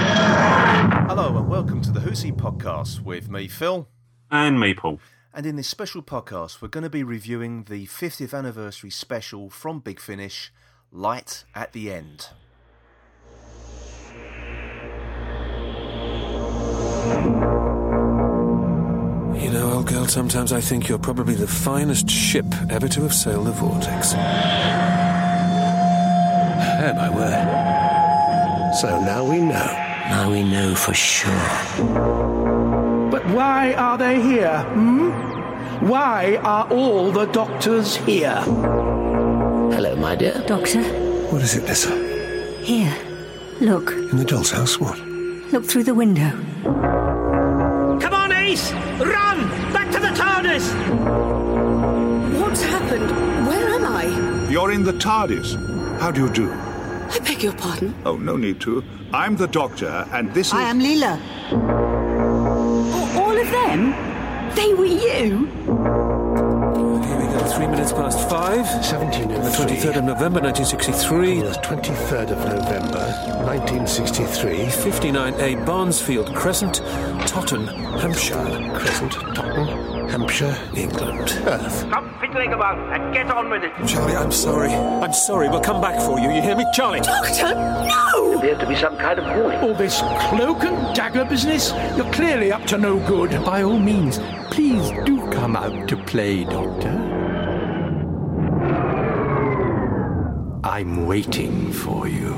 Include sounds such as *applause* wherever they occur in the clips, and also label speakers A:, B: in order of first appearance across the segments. A: Hello and welcome to the Hoosie podcast with me, Phil.
B: And Maple.
A: And in this special podcast, we're going to be reviewing the 50th anniversary special from Big Finish, Light at the End.
C: You know, old girl, sometimes I think you're probably the finest ship ever to have sailed the vortex. And I were. So now we know.
D: Now we know for sure.
E: But why are they here, hmm? Why are all the doctors here?
D: Hello, my dear.
F: Doctor,
C: What is it, Nissa?
F: here. Look.
C: In the doll's house, what?
F: Look through the window.
E: Come on, Ace! Run! Back to the TARDIS!
G: What's happened? Where am I?
H: You're in the TARDIS. How do you do?
G: I beg your pardon.
H: Oh, no need to. I'm the doctor, and this is.
I: I am Leela.
F: All of them? They were you?
C: Here we go, three minutes past five.
J: 1703.
C: On the 23rd of November, 1963.
J: The 23rd of November, 1963.
C: 59A Barnesfield Crescent, Totten, Hampshire.
J: Crescent, Totten, Hampshire,
C: England.
J: Earth.
E: Stop fiddling about and get on with it!
C: Charlie, I'm sorry. I'm sorry. We'll come back for you. You hear me, Charlie?
G: Doctor, no!
D: Appeared to be er some kind of warning.
E: All this cloak and dagger business? You're clearly up to no good. By all means, please do come out to play, Doctor.
J: I'm waiting for you.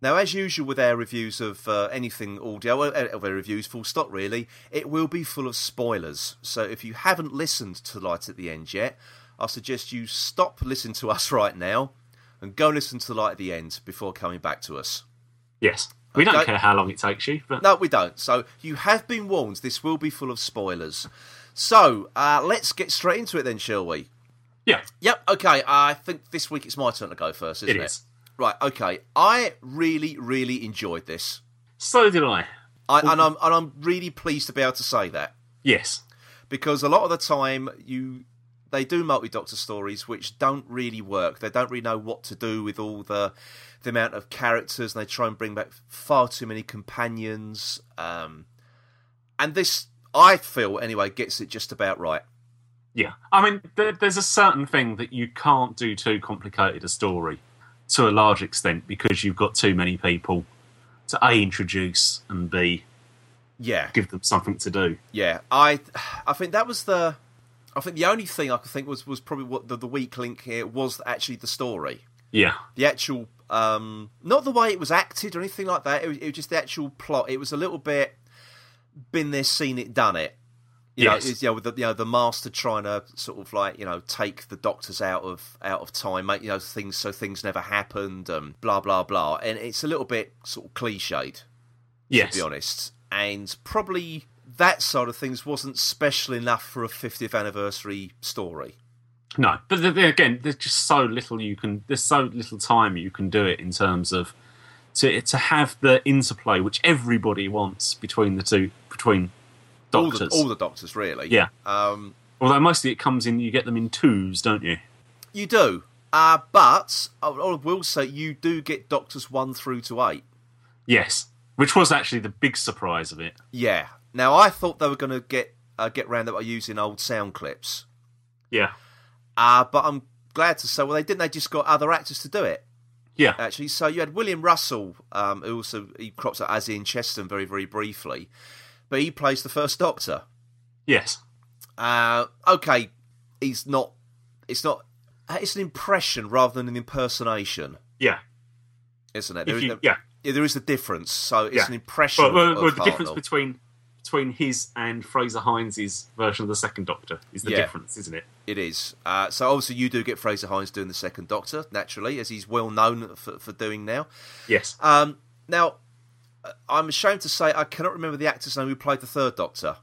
A: Now, as usual with our reviews of uh, anything audio, well, uh, of our reviews full stop really, it will be full of spoilers. So if you haven't listened to Light at the End yet, I suggest you stop listening to us *laughs* right now and go listen to Light at the End before coming back to us.
B: Yes. We don't
A: Okay.
B: care how long it takes you, but
A: No, we don't. So you have been warned. This will be full of spoilers. So uh, let's get straight into it then, shall we?
B: yeah,
A: Yep. Okay. I think this week it's my turn to go first, isn't it?
B: it is.
A: Right. Okay. I really, really enjoyed this,
B: So did I.
A: I, and I'm and I'm really pleased to be able to say that
B: Yes.
A: because a lot of the time you they do multi doctor stories which don't really work. They don't really know what to do with all the the amount of characters, and they try and bring back far too many companions. Um, and this, I feel anyway, gets it just about right.
B: Yeah. I mean, there, there's a certain thing that you can't do too complicated a story to a large extent because you've got too many people to A, introduce, and B,
A: Yeah,
B: give them something to do.
A: yeah. I I think that was the I think the only thing I could think was was probably what the, the weak link here was actually the story.
B: Yeah.
A: the actual um not the way it was acted or anything like that it was, it was just the actual plot it was a little bit been there seen it done it you know
B: Yes.
A: it's, you know with the you know the master trying to sort of like you know take the doctors out of out of time make you know things so things never happened and blah blah blah and it's a little bit sort of cliched
B: Yes.
A: to be honest. And probably that side of things wasn't special enough for a 50th anniversary story.
B: No, but th- th- again, there's just so little you can. There's so little time you can do it in terms of to to have the interplay which everybody wants between the two between doctors.
A: All the, all the doctors, really.
B: yeah,
A: Um,
B: although mostly it comes in. You get them in twos, don't you?
A: you do. Uh, but I I will say you do get Doctors 1 through to 8.
B: Yes, which was actually the big surprise of it.
A: Yeah. Now, I thought they were going to get uh, get round that by using old sound clips.
B: Yeah,
A: Uh, but I'm glad to say, well, they didn't. They just got other actors to do it.
B: yeah,
A: actually. So you had William Russell, um, who also he crops up as in Cheston very, very briefly, but he plays the first Doctor.
B: yes,
A: Uh, okay, he's not. It's not. It's an impression rather than an impersonation,
B: yeah.
A: isn't it?
B: If you-
A: there,
B: yeah.
A: there is a difference. So it's
B: Yeah.
A: an impression.
B: Well, well,
A: of
B: well, the difference
A: Hartnell.
B: between between his and Fraser Hines's version of the Second Doctor is the
A: Yeah.
B: difference, isn't it?
A: It is. Uh, so obviously you do get Fraser Hines doing the Uh, second Doctor naturally, as he's well known for, for doing now.
B: Yes,
A: Um, now, uh, I'm ashamed to say I cannot remember the actor's name who played the third Doctor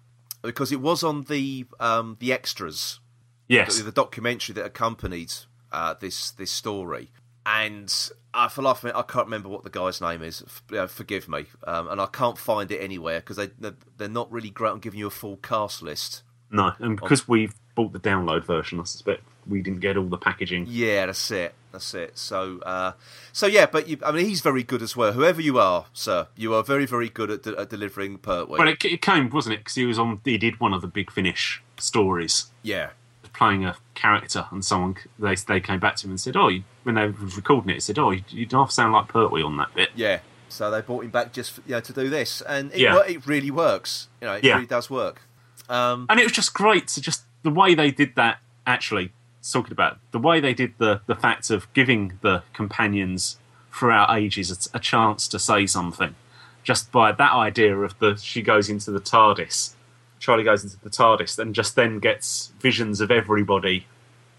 A: because it was on the um, the extras,
B: Yes.
A: the, the documentary that accompanied uh, this this story. And I, for the life of me, I can't remember what the guy's name is. F- you know, forgive me, um, and I can't find it anywhere because they they're- they're not really great on giving you a full cast list.
B: No, and
A: Oh.
B: because we've bought the download version, I suspect we didn't get all the packaging.
A: Yeah, that's it. That's it. So, uh, so yeah, but you, I mean, he's very good as well. Whoever you are, sir, you are very, very good at, de- at delivering Pertwee.
B: But it, it came, wasn't it? Because he was on. He did one of the Big Finish stories,
A: yeah,
B: playing a character, and someone c- they they came back to him and said, "Oh, you, when they were recording it, they said, oh, you, you half sound like Pertwee on that bit."
A: yeah. So they brought him back just for, you know, to do this, and it,
B: Yeah.
A: wor- it really works. You know, it
B: Yeah.
A: really does work.
B: and it was just great to just the way they did that actually talking about the way they did the the fact of giving the companions throughout ages a, a chance to say something just by that idea of the she goes into the tardis charlie goes into the tardis and just then gets visions of everybody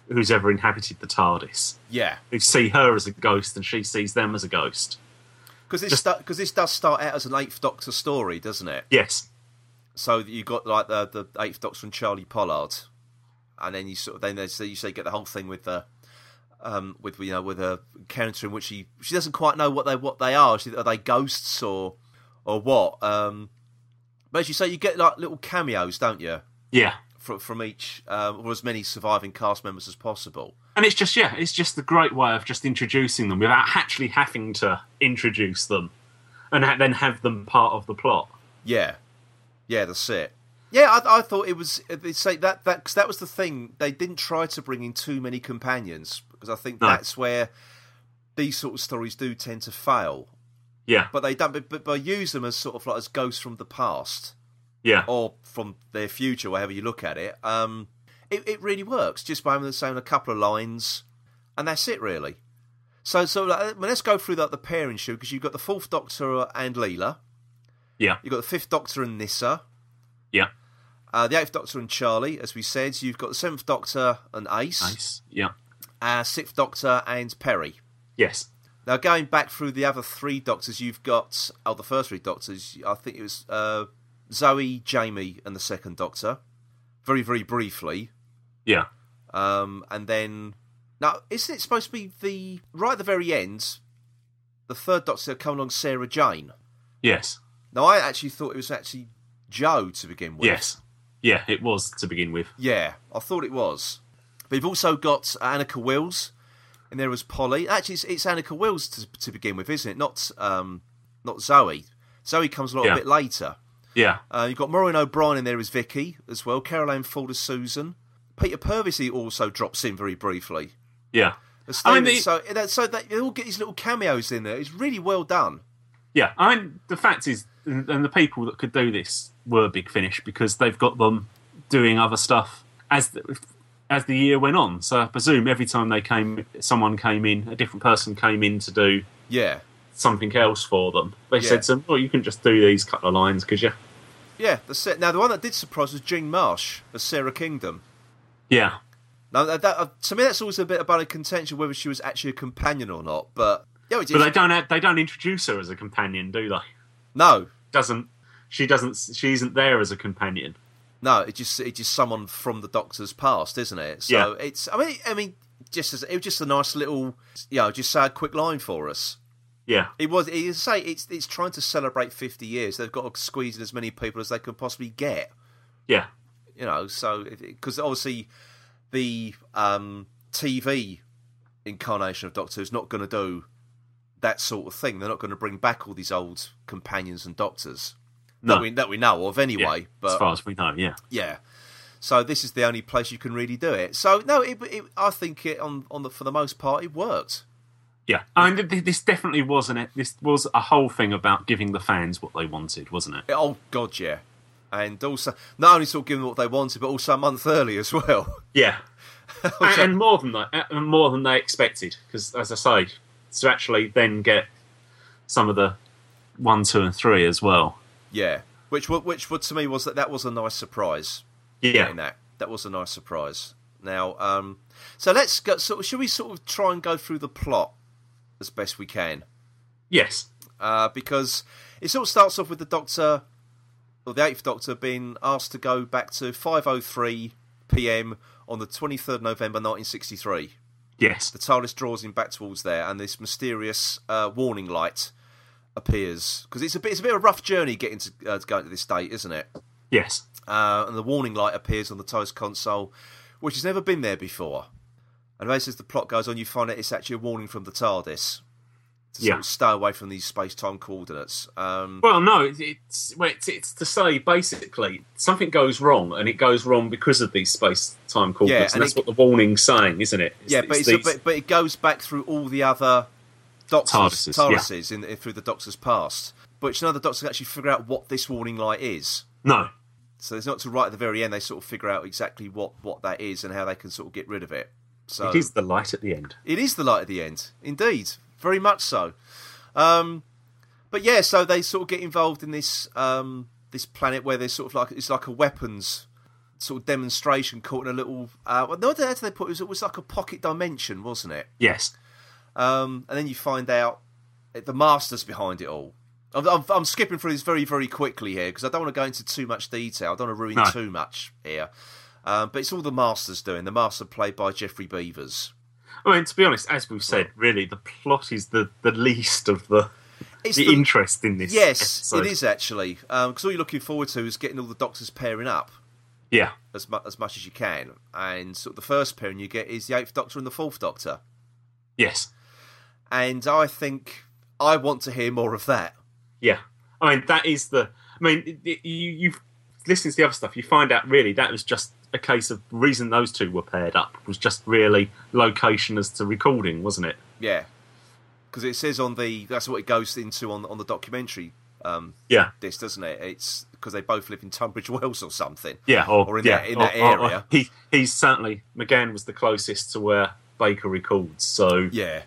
B: who's ever inhabited the tardis
A: Yeah,
B: who see her as a ghost and she sees them as a ghost
A: because this because this does start out as an Eighth Doctor story, doesn't it?
B: yes
A: So that you got like the the Eighth Doctor and Charlie Pollard, and then you sort of then they say you say get the whole thing with the. Um, with you know, with a counter in which she she doesn't quite know what they what they are. She, are they ghosts or or what? Um, but as you say, you get like little cameos, don't you,
B: yeah
A: from from each um, or as many surviving cast members as possible.
B: And it's just yeah, it's just the great way of just introducing them without actually having to introduce them, and ha- then have them part of the plot.
A: Yeah, yeah, that's it. Yeah, I, I thought it was. They say that that because that was the thing. They didn't try to bring in too many companions because I think
B: No.
A: that's where these sort of stories do tend to fail.
B: Yeah,
A: But they don't. But, but they use them as sort of like as ghosts from the past
B: yeah,
A: or from their future, wherever you look at it. Um, it, it really works just by having saying a couple of lines, and that's it really. So so like, well, let's go through like, the pairing shoot because you've got the fourth Doctor and Leela,
B: yeah,
A: you've got the fifth Doctor and Nissa.
B: yeah.
A: Uh, the Eighth Doctor and Charlie, as we said. You've got the Seventh Doctor and Ace.
B: Nice. Yeah.
A: Uh, Sixth Doctor and Perry.
B: Yes.
A: Now, going back through the other three Doctors, you've got. Oh, the first three Doctors, I think it was uh, Zoe, Jamie, and the Second Doctor. Very, very briefly.
B: Yeah.
A: Um, and then. Now, isn't it supposed to be the. Right at the very end, the Third Doctor come along Sarah Jane?
B: Yes.
A: Now, I actually thought it was actually Joe to begin with.
B: Yes. Yeah. It was to begin with.
A: Yeah, I thought it was. But you've also got Annika Wills, and there was Polly. Actually, it's, it's Annika Wills to, to begin with, isn't it? Not um, not Zoe. Zoe comes along
B: Yeah.
A: a bit later.
B: Yeah.
A: Uh, you've got Maureen O'Brien in there as Vicky as well. Caroline Ford as Susan. Peter Purvisy also drops in very briefly.
B: Yeah.
A: As
B: I mean,
A: Stephen- so
B: the-
A: that, so that they all get these little cameos in there. It's really well done.
B: Yeah, I mean, the fact is, and and the people that could do this were Big Finish because they've got them doing other stuff as the, as the year went on. So I presume every time they came, someone came in, a different person came in to do
A: Yeah,
B: something else for them. They
A: Yeah.
B: said to them, "Oh, you can just do these couple of lines because you,
A: yeah. That's it. Now the one that did surprise was Jean Marsh as Sarah Kingdom.
B: yeah,
A: Now, that, that, uh, to me, that's always a bit about a contention whether she was actually a companion or not. But yeah, it's,
B: but they don't have, they don't introduce her as a companion, do they?
A: no,
B: Doesn't she doesn't she isn't there as a companion?
A: no, it just it's just someone from the Doctor's past, isn't it? So
B: Yeah.
A: it's I mean I mean just as it was just a nice little you know just say a quick line for us.
B: Yeah,
A: It was it is say it's it's trying to celebrate fifty years. They've got to squeeze in as many people as they can possibly get.
B: yeah,
A: you know so because obviously the um tv incarnation of doctor who's not going to do that sort of thing they're not going to bring back all these old companions and doctors
B: no,
A: that, we, that we know of
B: yeah,
A: anyway
B: as
A: but
B: far as we know, yeah,
A: yeah so this is the only place you can really do it so no it, it, i think it on, on the for the most part it worked
B: yeah. I mean, th- th- this definitely wasn't it. This was a whole thing about giving the fans what they wanted, wasn't it?
A: oh god yeah and also not only sort of giving them what they wanted but also a month early as *laughs* well
B: Yeah, *laughs* and, and more than that, and more than they expected, because as I say, to actually then get some of the one, two, and three as well.
A: yeah which wa- which wa- to me was that that was a nice surprise
B: Yeah,
A: getting that. That was a nice surprise. Now, um, so let's go. So should we sort of try and go through the plot as best we can?
B: yes.
A: uh, because it sort of starts off with the Doctor, or the Eighth Doctor, being asked to go back to 5:03 p.m. on the 23rd November 1963.
B: Yes.
A: The TARDIS draws him back towards there, and this mysterious uh, warning light appears because it's a bit it's a bit of a rough journey getting to, uh, to going to this date, isn't it?
B: Yes.
A: uh, and the warning light appears on the TARDIS console, which has never been there before. And basically, as the plot goes on, you find out it's actually a warning from the TARDIS to
B: Yeah.
A: sort of stay away from these space-time coordinates. Um,
B: Well, no, it's it's, well, it's it's to say basically something goes wrong, and it goes wrong because of these space time coordinates,
A: Yeah,
B: and
A: and
B: that's
A: it-
B: what the warning's saying, isn't it?
A: yeah, but, it's
B: these-
A: but, but it goes back through all the other Doctors,
B: TARDISes,
A: TARDISes,
B: yeah.
A: in, in- through the Doctor's past. But you know, the Doctor can actually figure out what this warning light is.
B: no,
A: So it's not to right at the very end; they sort of figure out exactly what what that is and how they can sort of get rid of it. So
B: it is the light at the end.
A: It is the light at the end, indeed, very much so. Um, but yeah, so they sort of get involved in this um, this planet where there's sort of like it's like a weapons sort of demonstration caught in a little. Uh, well, no, how do they put it? It was, it was like a pocket dimension, wasn't it?
B: Yes,
A: Um, and then you find out that the master's behind it all. I'm, I'm, I'm skipping through this very, very quickly here because I don't want to go into too much detail. I don't want to ruin
B: No.
A: too much here. Um, but it's all the master's doing. The master played by Jeffrey Beavers.
B: I mean to be honest, as we've said, really the plot is the the least of the
A: It's
B: the, interest in this.
A: Yes, it
B: episode.
A: is actually because all you're looking forward to is getting all the doctors pairing up
B: Yeah,
A: as mu- as much as you can, and sort of the first pairing you get is the Eighth Doctor and the Fourth Doctor,
B: yes,
A: and I think I want to hear more of that.
B: yeah. I mean that is the. I mean it, it- you you've listened to the other stuff. You find out really that was just a case of the reason those two were paired up was just really location as to recording, wasn't it?
A: Yeah, because it says on the that's what it goes into on on the documentary um,
B: Yeah.
A: disc, doesn't it? It's because they both live in Tunbridge Wells or something.
B: Yeah, or,
A: Or in
B: yeah,
A: that- in that area.
B: he he's certainly McGann was the closest to where Baker records, so
A: Yeah,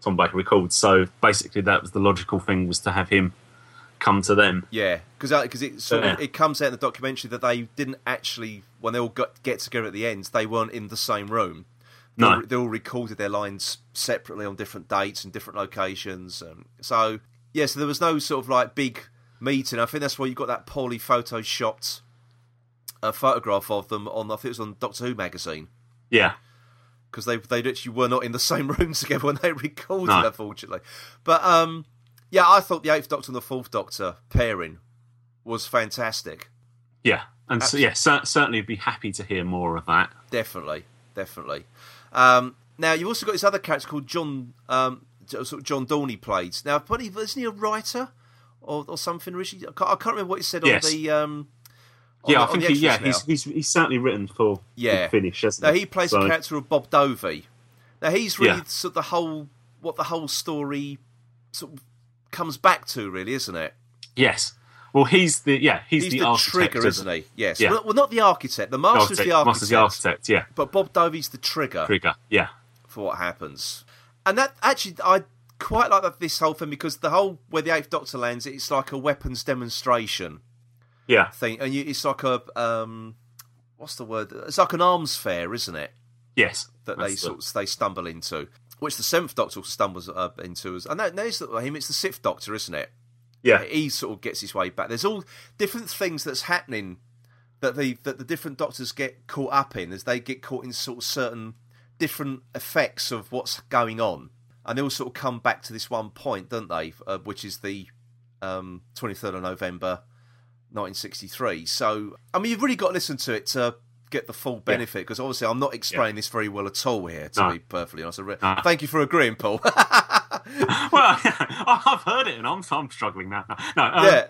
B: Tom Baker records. So basically, that was the logical thing was to have him come to them.
A: Yeah, because because it sort of,
B: Yeah.
A: it comes out in the documentary that they didn't actually when they all got get together at the end they weren't in the same room. They
B: No.
A: all, they all recorded their lines separately on different dates and different locations. Um, so yeah, so there was no sort of like big meeting. I think that's why you got that poorly photoshopped uh, photograph of them on I think it was on Doctor Who magazine
B: Yeah,
A: because they they literally were not in the same *laughs* room together when they recorded,
B: No.
A: unfortunately. But um, yeah, I thought the Eighth Doctor and the Fourth Doctor pairing was fantastic.
B: yeah, and so, yeah, cer- certainly be happy to hear more of that.
A: Definitely, definitely. Um, now you've also got this other character called John, um, sort of John Dorney played. Now, but he, isn't he a writer or, or something? Richie, I can't, I can't remember what he said
B: Yes.
A: on the. Um, on
B: Yeah,
A: the-
B: I
A: on
B: think
A: the
B: he, yeah,
A: extras now.
B: he's, he's he's certainly written for
A: Yeah.
B: the finish. Hasn't
A: Now he plays
B: So-
A: the character of Bob Dovey. Now he's really
B: Yeah.
A: sort of the whole what the whole story sort of comes back to, really, isn't it?
B: Yes, well, he's the yeah, he's,
A: He's
B: the,
A: the,
B: architect,
A: trigger, isn't he? Yes.
B: Yeah.
A: Well, well, not the architect. The master's the architect.
B: Master's the architect. Yeah,
A: But Bob Dovey's the trigger
B: trigger. Yeah,
A: for what happens. And that actually, I quite like that this whole thing because the whole where the Eighth Doctor lands, it's like a weapons demonstration
B: yeah,
A: thing, and you, it's like a um, what's the word? It's like an arms fair, isn't it?
B: yes.
A: that
B: That's
A: they
B: the-
A: sort of, they stumble into, which the seventh Doctor stumbles uh, into as, and that, no, it's not him. It's the sixth Doctor, isn't it?
B: yeah,
A: He sort of gets his way back. There's all different things that's happening that the that the different Doctors get caught up in as they get caught in sort of certain different effects of what's going on, and they all sort of come back to this one point, don't they? Uh, which is the um, 23rd of November. 1963. So, I mean, you've really got to listen to it to get the full benefit because obviously I'm not explaining this very well at all here, to
B: No.
A: be perfectly honest. I re- Thank you for agreeing, Paul.
B: *laughs*
A: *laughs*
B: Well, *laughs* I've heard it, and I'm I'm struggling now. No, no um,
A: yeah.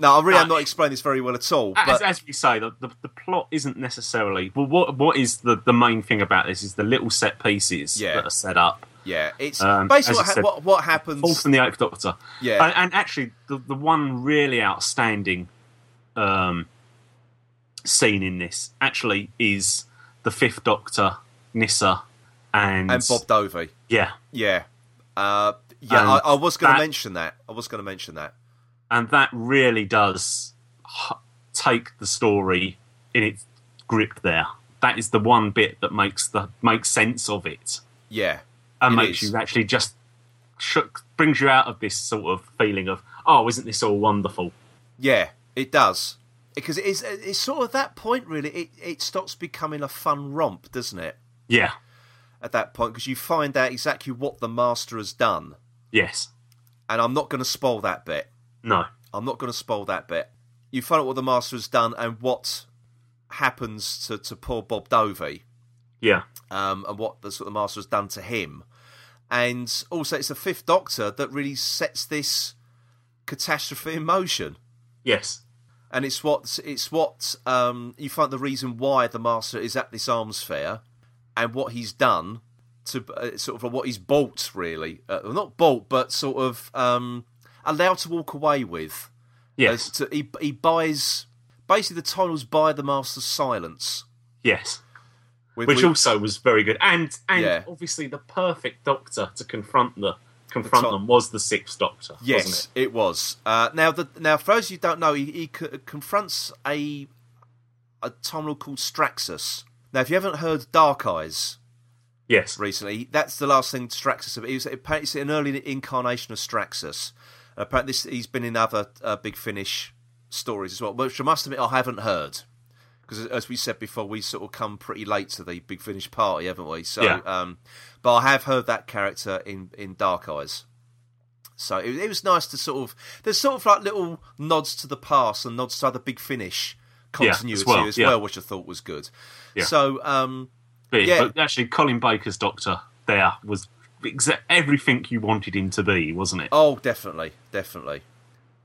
A: No, I really am
B: no. Uh,
A: not explaining this very well at all.
B: as,
A: But
B: as we say, the, the, the plot isn't necessarily. Well, what what is the, the main thing about this is the little set pieces
A: Yeah.
B: that are set up.
A: yeah, it's
B: um,
A: basically what,
B: as I
A: ha-
B: said,
A: what, what
B: Fourth
A: happens.
B: and the Eighth Doctor.
A: Yeah.
B: And, and actually, the, the one really outstanding um, scene in this actually is the Fifth Doctor, Nissa, and,
A: And Bob Dovey.
B: Yeah.
A: Yeah. Uh, yeah, I,
B: And
A: I was going
B: that-
A: to mention that. I was going to mention that.
B: and that really does h- take the story in its grip there that is the one bit that makes the makes sense of it
A: Yeah.
B: and
A: It
B: makes
A: is.
B: you actually just shook brings you out of this sort of feeling of oh, isn't this all wonderful?
A: Yeah, it does. Because it is, it's sort of that point, really. It, it stops becoming a fun romp, doesn't it?
B: Yeah.
A: At that point, because you find out exactly what the master has done.
B: Yes.
A: And I'm not going to spoil that bit.
B: No.
A: I'm not going to spoil that bit. You find out what the master has done and what happens to, to poor Bob Dovey
B: Yeah.
A: um, and what the, sort of master has done to him. And also, it's the fifth Doctor that really sets this catastrophe in motion.
B: Yes.
A: And it's what it's what um, you find the reason why the master is at this arms fair, and what he's done to uh, sort of what he's bought really, uh, well, not bought, but sort of um, allowed to walk away with.
B: Yes.
A: As to, he he buys basically the titles buy the master's silence,
B: yes.
A: with,
B: Which
A: with-
B: also was very good. And and
A: Yeah.
B: obviously the perfect Doctor to confront the confront
A: top-
B: them was the sixth Doctor.
A: Yes,
B: Wasn't
A: it? was. Uh, now, the, now, for those who don't know, he, he co- confronts a a terminal called Straxus. Now, if you haven't heard Dark Eyes
B: it? Yes.
A: recently, that's the last thing Straxus. It was apparently it's an early incarnation of Straxus. Apparently, this, he's been in other uh, Big Finish stories as well, which I must admit I haven't heard. Because as we said before, we sort of come pretty late to the Big Finish party, haven't we? So,
B: Yeah.
A: um, but I have heard that character in, in Dark Eyes. So it, it was nice to sort of there's sort of like little nods to the past and nods to other Big Finish
B: Yeah, as
A: continuity as well,
B: well, yeah.
A: which I thought was good.
B: Yeah.
A: So um,
B: But,
A: Yeah.
B: but actually Colin Baker's Doctor there was exa- everything you wanted him to be, wasn't it?
A: Oh, definitely, definitely.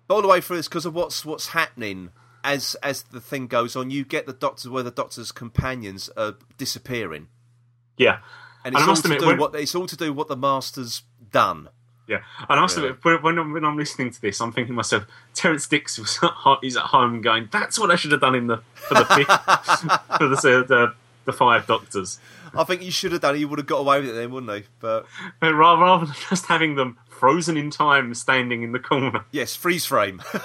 A: But all the way through this because of what's what's happening as as the thing goes on. You get the doctors where the doctor's companions are disappearing,
B: Yeah.
A: and
B: And I
A: it's all
B: must
A: to
B: admit,
A: do
B: when-
A: what it's all to do what the master's done.
B: Yeah, and I also when when I'm, when I'm listening to this, I'm thinking to myself, Terence Dix was *laughs* at ho- is at home going, "That's what I should have done in the for
A: *laughs*
B: the fifth, for the, so the the five doctors."
A: I think you should have done. it. You would have got away with it then, wouldn't they? But
B: But rather, rather than just having them frozen in time, standing in the corner,
A: yes, freeze frame. *laughs*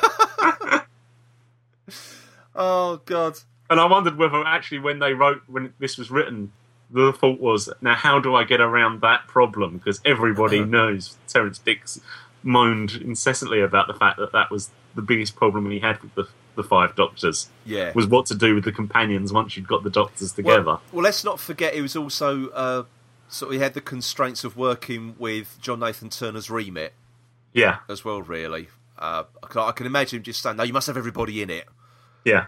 A: oh God.
B: and I wondered whether actually when they wrote when this was written, the thought was, "Now how do I get around that problem?" Because
A: *laughs*
B: everybody knows Terence Dix moaned incessantly about the fact that that was the biggest problem he had with the the five doctors.
A: Yeah.
B: was what to do with the companions once you'd got the doctors together.
A: Well, well, let's not forget he was also uh, sort of he had the constraints of working with John Nathan Turner's remit
B: yeah,
A: as well, really. Uh, I can- I can imagine him just saying, "No, you must have everybody in it,"
B: yeah.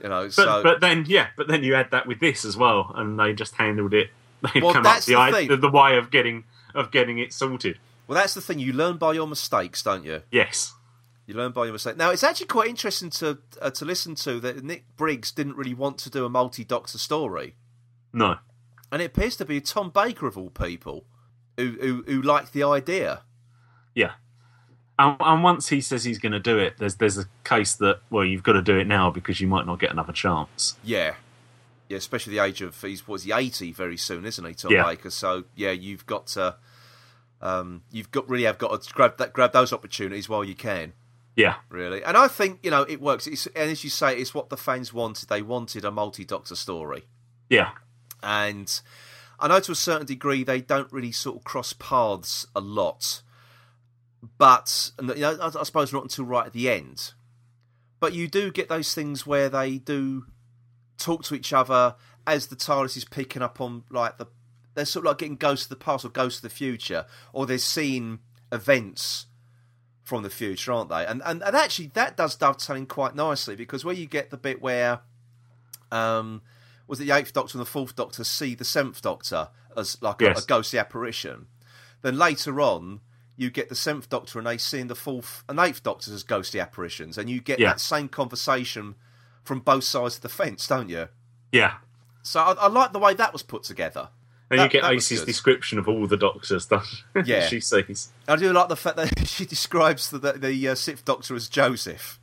A: you know.
B: But,
A: so
B: but then, yeah, but then you add that with this as well, and they just handled it. They've
A: Well,
B: come up
A: that's
B: the,
A: the
B: i-
A: thing.
B: the, the way of getting of getting it sorted.
A: well, that's the thing. You learn by your mistakes, don't you?
B: Yes,
A: You learn by your mistakes. Now, it's actually quite interesting to uh, to listen to that Nick Briggs didn't really want to do a multi Doctor story,
B: no,
A: and it appears to be Tom Baker of all people who who, who liked the idea.
B: yeah. And, and once he says he's going to do it, there's there's a case that well, you've got to do it now because you might not get another chance.
A: Yeah. Yeah, especially the age of he's was he eighty very soon, isn't he, Tom
B: Yeah.
A: Baker? So yeah, you've got to um, you've got really have got to grab that grab those opportunities while you can,
B: Yeah,
A: really. And I think, you know, it works. It's and as you say, it's what the fans wanted. They wanted a multi doctor story.
B: yeah,
A: And I know to a certain degree they don't really sort of cross paths a lot. But and, you know, I, I suppose not until right at the end. But you do get those things where they do talk to each other as the TARDIS is picking up on like the they're sort of like getting ghosts of the past or ghosts of the future, or they're seeing events from the future, aren't they? And and, and actually that does dovetail in quite nicely because where you get the bit where um was it the eighth doctor and the fourth doctor see the seventh doctor as like a,
B: Yes.
A: a ghostly apparition. Then later on you get the seventh doctor and they seeing the fourth and eighth doctors as ghostly apparitions and you get
B: Yeah.
A: that same conversation from both sides of the fence, don't you?
B: yeah.
A: So I, I like the way that was put together.
B: And
A: That-
B: you
A: that
B: get
A: was
B: Ace's
A: good.
B: description of all the doctors that *laughs*
A: Yeah.
B: she sees.
A: I do like the fact that *laughs* she describes the the, the uh, sixth Doctor as Joseph,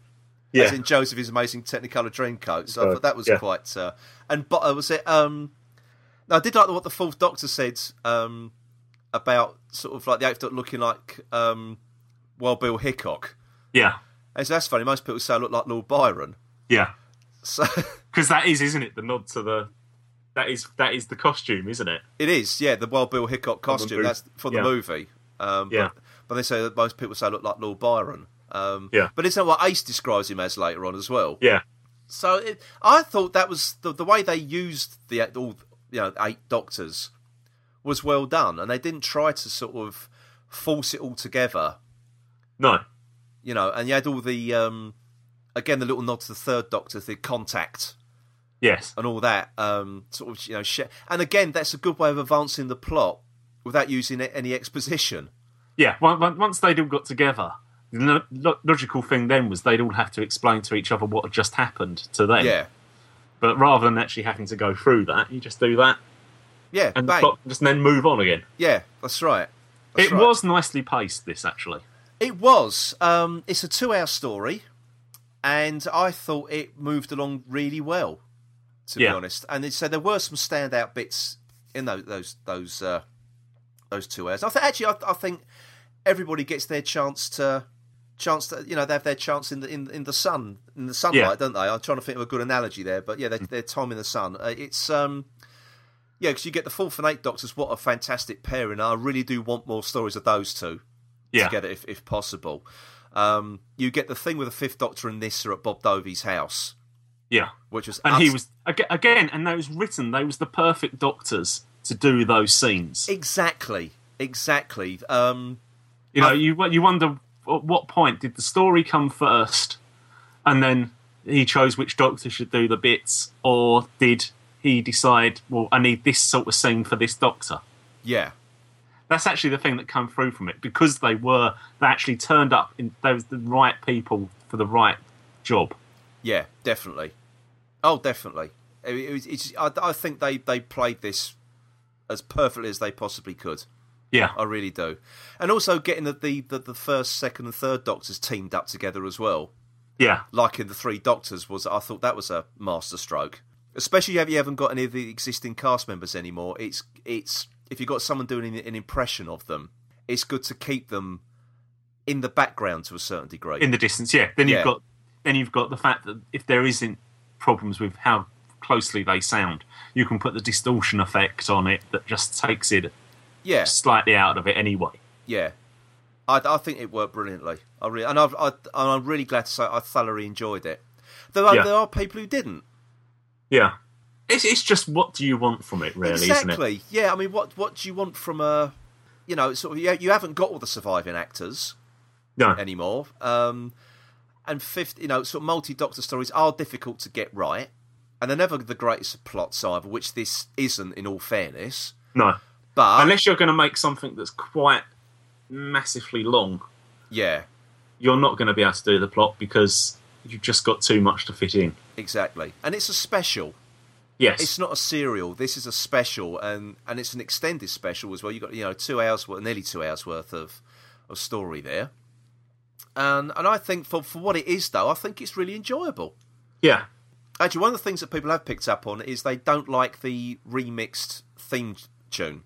A: as in Joseph is amazing Technicolor Dreamcoat. So I
B: Right,
A: thought that was
B: yeah.
A: quite. Uh, and but uh, was it? Um, no, I did like what the fourth Doctor said um, about sort of like the eighth Doctor looking like um, well Bill Hickok.
B: yeah,
A: And so that's funny. Most people say I look like Lord Byron.
B: yeah.
A: So *laughs*
B: Because that is, isn't it, the nod to the that is that is the costume, isn't it?
A: it is, yeah, the well Bill Hickok costume
B: movie.
A: that's from
B: Yeah.
A: the movie. Um,
B: Yeah.
A: but, But they say that most people say I look like Lord Byron. Um,
B: Yeah.
A: But isn't that what Ace describes him as later on as well?
B: Yeah.
A: So it, I thought that was the, the way they used the all you know eight doctors was well done, and they didn't try to sort of force it all together.
B: No.
A: You know, and you had all the um, again the little nod to the third doctor, the contact
B: Yes.
A: and all that um, sort of you know sh- and again that's a good way of advancing the plot without using a- any exposition.
B: Yeah. on- on- Once they'd all got together, the lo- lo- logical thing then was they'd all have to explain to each other what had just happened to them.
A: Yeah,
B: But rather than actually having to go through that, you just do that
A: yeah,
B: and the
A: bang,
B: plot just then move on again.
A: yeah, that's right. That's
B: it
A: right.
B: was nicely paced, this actually.
A: It was. Um, it's a two-hour story, and I thought it moved along really well, to
B: Yeah.
A: be honest. And it- so there were some standout bits in those those those uh, those two hours. I th- actually, I, I think everybody gets their chance to chance to you know they have their chance in the in, in the sun in the sunlight,
B: Yeah. Mm.
A: don't they? I'm trying to think of a good analogy there, but yeah, their, their time in the sun. Uh, it's um. Yeah, because you get the fourth and eighth doctors. What a fantastic pairing! I really do want more stories of those two
B: Yeah.
A: together if, if possible. Um, you get the thing with the Fifth Doctor and Nissa at Bob Dovey's house,
B: Yeah.
A: which was
B: And he
A: utter-
B: was aga- again, and those written, they was the perfect doctors to do those scenes.
A: exactly exactly. Um,
B: You know, you you wonder at what point did the story come first, and then he chose which doctor should do the bits, or did he decide, well, I need this sort of scene for this doctor?
A: yeah,
B: That's actually the thing that come through from it because they were they actually turned up in they was the right people for the right job.
A: yeah, definitely. Oh, definitely. It, it was, it's, I, I think they they played this as perfectly as they possibly could.
B: Yeah,
A: I really do. And also getting the the, the, the first, second, and third Doctors teamed up together as well.
B: yeah,
A: like in the Three Doctors was I thought that was a masterstroke. Especially if you haven't got any of the existing cast members anymore. It's it's if you've got someone doing an, an impression of them, it's good to keep them in the background to a certain degree.
B: in the distance. Yeah, then
A: Yeah.
B: you've got then you've got the fact that if there isn't problems with how closely they sound, you can put the distortion effect on it that just takes it
A: yeah,
B: slightly out of it anyway.
A: yeah. I, I think it worked brilliantly. I really and I've, I and I'm really glad to say I thoroughly enjoyed it. Though
B: Yeah.
A: there are people who didn't.
B: Yeah, it's it's just what do you want from it, really, isn't it?
A: exactly. Yeah. I mean, what what do you want from a you know sort of you, you haven't got all the surviving actors.
B: No,
A: anymore. Um, and fifth, you know, sort of multi-doctor stories are difficult to get right, and they're never the greatest of plots either, which this isn't, in all fairness.
B: no.
A: But
B: Unless you're going to make something that's quite massively long,
A: yeah,
B: you're not going to be able to do the plot because you've just got too much to fit in.
A: exactly. And it's a special.
B: Yes,
A: It's not a serial. This is a special, and and it's an extended special as well. You got you know two hours, worth, nearly two hours worth of of story there. And and I think for for what it is though, I think it's really enjoyable.
B: Yeah,
A: Actually, one of the things that people have picked up on is they don't like the remixed theme tune.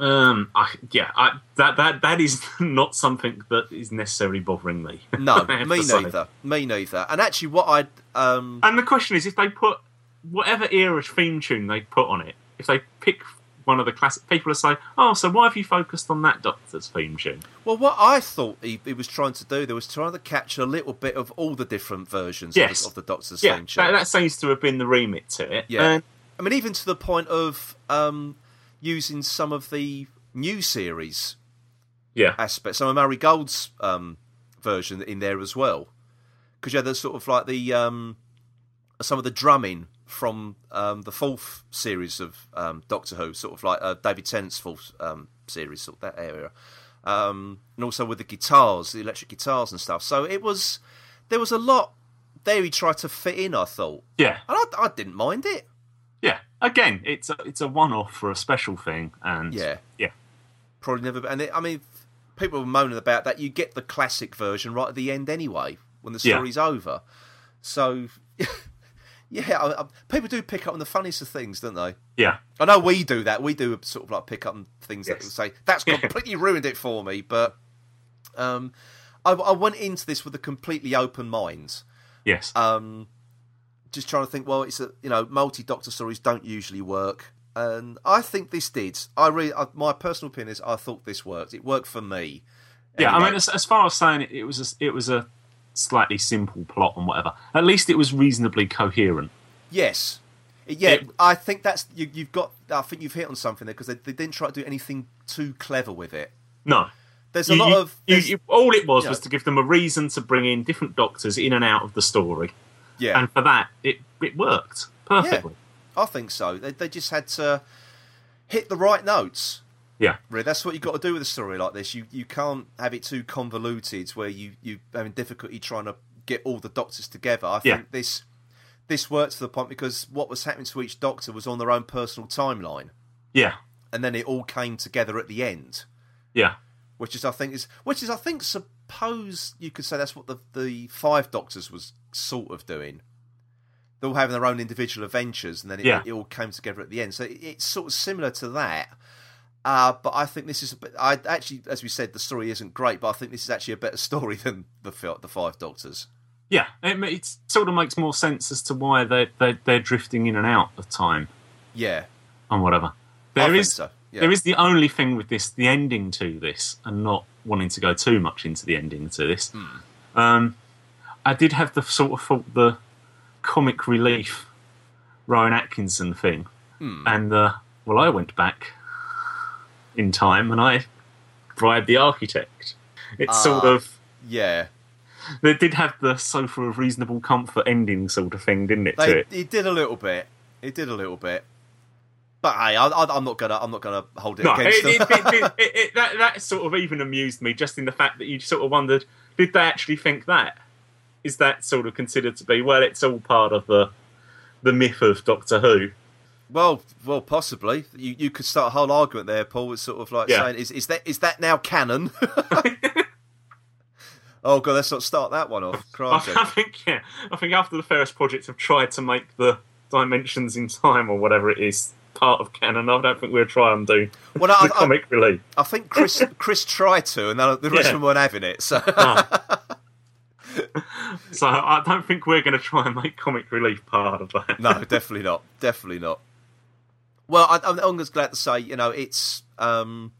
B: Um, I, yeah, I, that that that is *laughs* not something that is necessarily bothering me. *laughs*
A: No,
B: I have
A: me
B: to say.
A: neither. Me neither. And actually, what I um,
B: And the question is, if they put whatever era theme tune they put on it, if they pick one of the classic, people will say, "Oh, so why have you focused on that Doctor's theme tune?"
A: well, what I thought he, he was trying to do there was trying to capture a little bit of all the different versions
B: Yes.
A: of, the, of the Doctor's
B: yeah,
A: theme tune.
B: that, that seems to have been the remit to it.
A: yeah,
B: And-
A: I mean, even to the point of um, using some of the new series
B: yeah,
A: aspects, some of Murray Gold's um, version in there as well, because you had the sort of like the um, some of the drumming from um, the fourth series of um, Doctor Who, sort of like uh, David Tennant's fourth um, series, sort of that area, um, and also with the guitars, the electric guitars and stuff. So it was there was a lot there. He tried to fit in, I thought,
B: yeah,
A: and I, I didn't mind it.
B: yeah. Again, it's a, it's a one-off for a special thing, and
A: Yeah.
B: yeah,
A: Probably never. And it, I mean, people were moaning about that. You get the classic version right at the end anyway, when the
B: Yeah.
A: story's over. So, *laughs* yeah, I, I, people do pick up on the funniest of things, don't they?
B: yeah.
A: I know we do that. We do sort of like pick up on things that
B: Yes.
A: will say that's completely ruined it for me. But um, I, I went into this with a completely open mind,
B: Yes,
A: just trying to think. Well, it's a you know multi doctor stories don't usually work, and I think this did. I really, I, my personal opinion is I thought this worked. It worked for me.
B: Yeah, I
A: Anyway,
B: mean, as, as far as saying it, it was a, it was a slightly simple plot and whatever. At least it was reasonably coherent.
A: yes, yeah,
B: It-
A: I think that's you, you've got. I think you've hit on something there because they, they didn't try to do anything too clever with it.
B: No,
A: There's a
B: You-
A: lot
B: you-
A: of
B: you-
A: there's-
B: you- all it was
A: yeah.
B: was to give them a reason to bring in different doctors in and out of the story,
A: yeah.
B: and for that, it it worked perfectly.
A: I think so. They, they just had to hit the right notes.
B: Yeah,
A: Really, that's what you've got to do with a story like this. You you can't have it too convoluted where you you having difficulty trying to get all the doctors together. I
B: Yeah.
A: think this this worked to the point because what was happening to each doctor was on their own personal timeline,
B: yeah,
A: and then it all came together at the end,
B: yeah,
A: which is I think is which is I think suppose you could say that's what the the five doctors was sort of doing. They're all having their own individual adventures, and then it,
B: Yeah.
A: it all came together at the end. So it, it's sort of similar to that. Uh, but I think this is. a bit- I actually, as we said, the story isn't great, but I think this is actually a better *laughs* story than the fil- the Five Doctors.
B: yeah. It, ma- it sort of makes more sense as to why they they they're drifting in and out of time
A: Yeah,
B: and whatever.
A: I
B: There
A: think
B: is
A: so, yeah.
B: there is the only thing with this the ending to this and not wanting to go too much into the ending to this.
A: Hmm.
B: Um, I did have the sort of thought the comic relief Rowan Atkinson thing,
A: Hmm.
B: and uh, well, I went back in time and I bribed the architect. It's sort
A: Ah.
B: of
A: yeah.
B: they did have the sofa of reasonable comfort ending sort of thing, didn't it? to
A: They
B: it?
A: it did a little bit. It did a little bit. But hey, I, I, I'm not gonna. I'm not gonna hold it
B: No,
A: against
B: it,
A: them. *laughs*
B: it, it, it, it, it, that, that sort of even amused me, just in the fact that you sort of wondered, did they actually think that? Is that sort of considered to be well? It's all part of the the myth of Doctor Who.
A: Well, well, possibly. You you could start a whole argument there, Paul. It's sort of like
B: Yeah.
A: saying, is is that is that now canon? *laughs* oh god, let's not start that one off.
B: I, *laughs*
A: Crikey.
B: I think yeah, I think after the Ferris Project have tried to make the dimensions in time or whatever it is part of canon, I don't think we'll try and do
A: Well,
B: the
A: I- I-
B: comic relief.
A: I think Chris Chris tried to, and then the rest
B: Yeah.
A: of them weren't having it. So *laughs*
B: So I don't think we're going to try and make comic relief part of that.
A: no, definitely not. Definitely not. Well, I, I'm, I'm just glad to say, you know, it's. Um,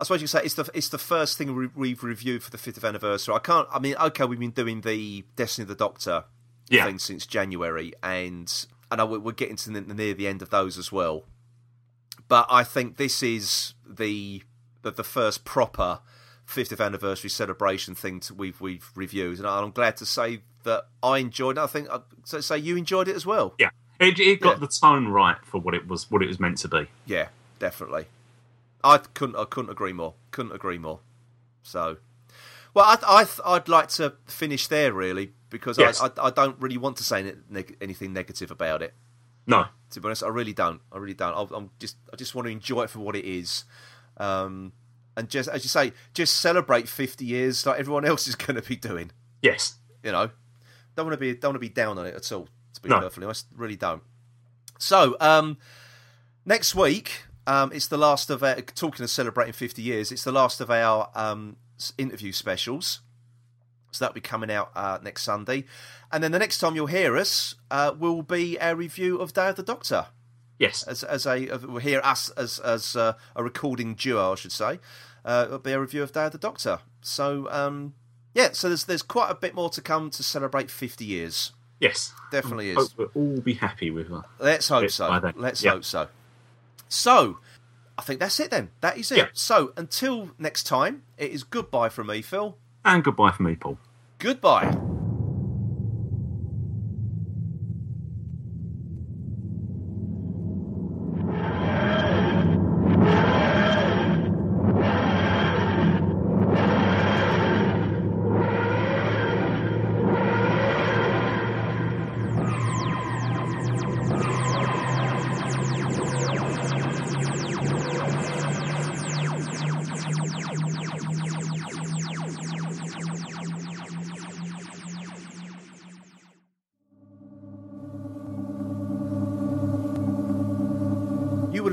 A: I suppose you could say it's the it's the first thing we, we've reviewed for the fifth anniversary. I can't. I mean, okay, we've been doing the Destiny of the Doctor
B: yeah,
A: thing since January, and I know we're we're getting to the, near the end of those as well. But I think this is the the, the first proper 50th anniversary celebration thing to, we've we've reviewed, and I'm glad to say that I enjoyed. it. I think uh, so. Say you enjoyed it as well.
B: yeah. It, it got
A: Yeah.
B: the tone right for what it was what it was meant to be.
A: Yeah, definitely. I couldn't. I couldn't agree more. Couldn't agree more. So, well, I, I, I'd like to finish there really because
B: Yes.
A: I, I, I don't really want to say ne- neg- anything negative about it.
B: No,
A: To be honest, I really don't. I really don't. I, I'm just. I just want to enjoy it for what it is, um, and just as you say, just celebrate 50 years like everyone else is *laughs* going to be doing.
B: Yes.
A: you know. Don't want to be don't want to be down on it at all. To be
B: No.
A: perfectly honest, really don't. So um, next week, um, it's the last of our talking of celebrating fifty years. It's the last of our um, s- interview specials. So that'll be coming out uh, next Sunday, and then the next time you'll hear us uh, will be our review of Day of the Doctor
B: Yes.
A: as as a of- we'll hear us as as uh, a recording duo, I should say. Uh, it'll be a review of Day of the Doctor. So um, yeah, so there's there's quite a bit more to come to celebrate 50 years.
B: Yes.
A: Definitely
B: Hope
A: is.
B: we'll all be happy with that.
A: Let's hope
B: Bit by
A: so.
B: then.
A: Let's
B: Yeah.
A: hope so. So I think that's it then. That is it.
B: Yeah.
A: So until next time, it is goodbye from me, Phil.
B: And goodbye from me, Paul.
A: Goodbye. You were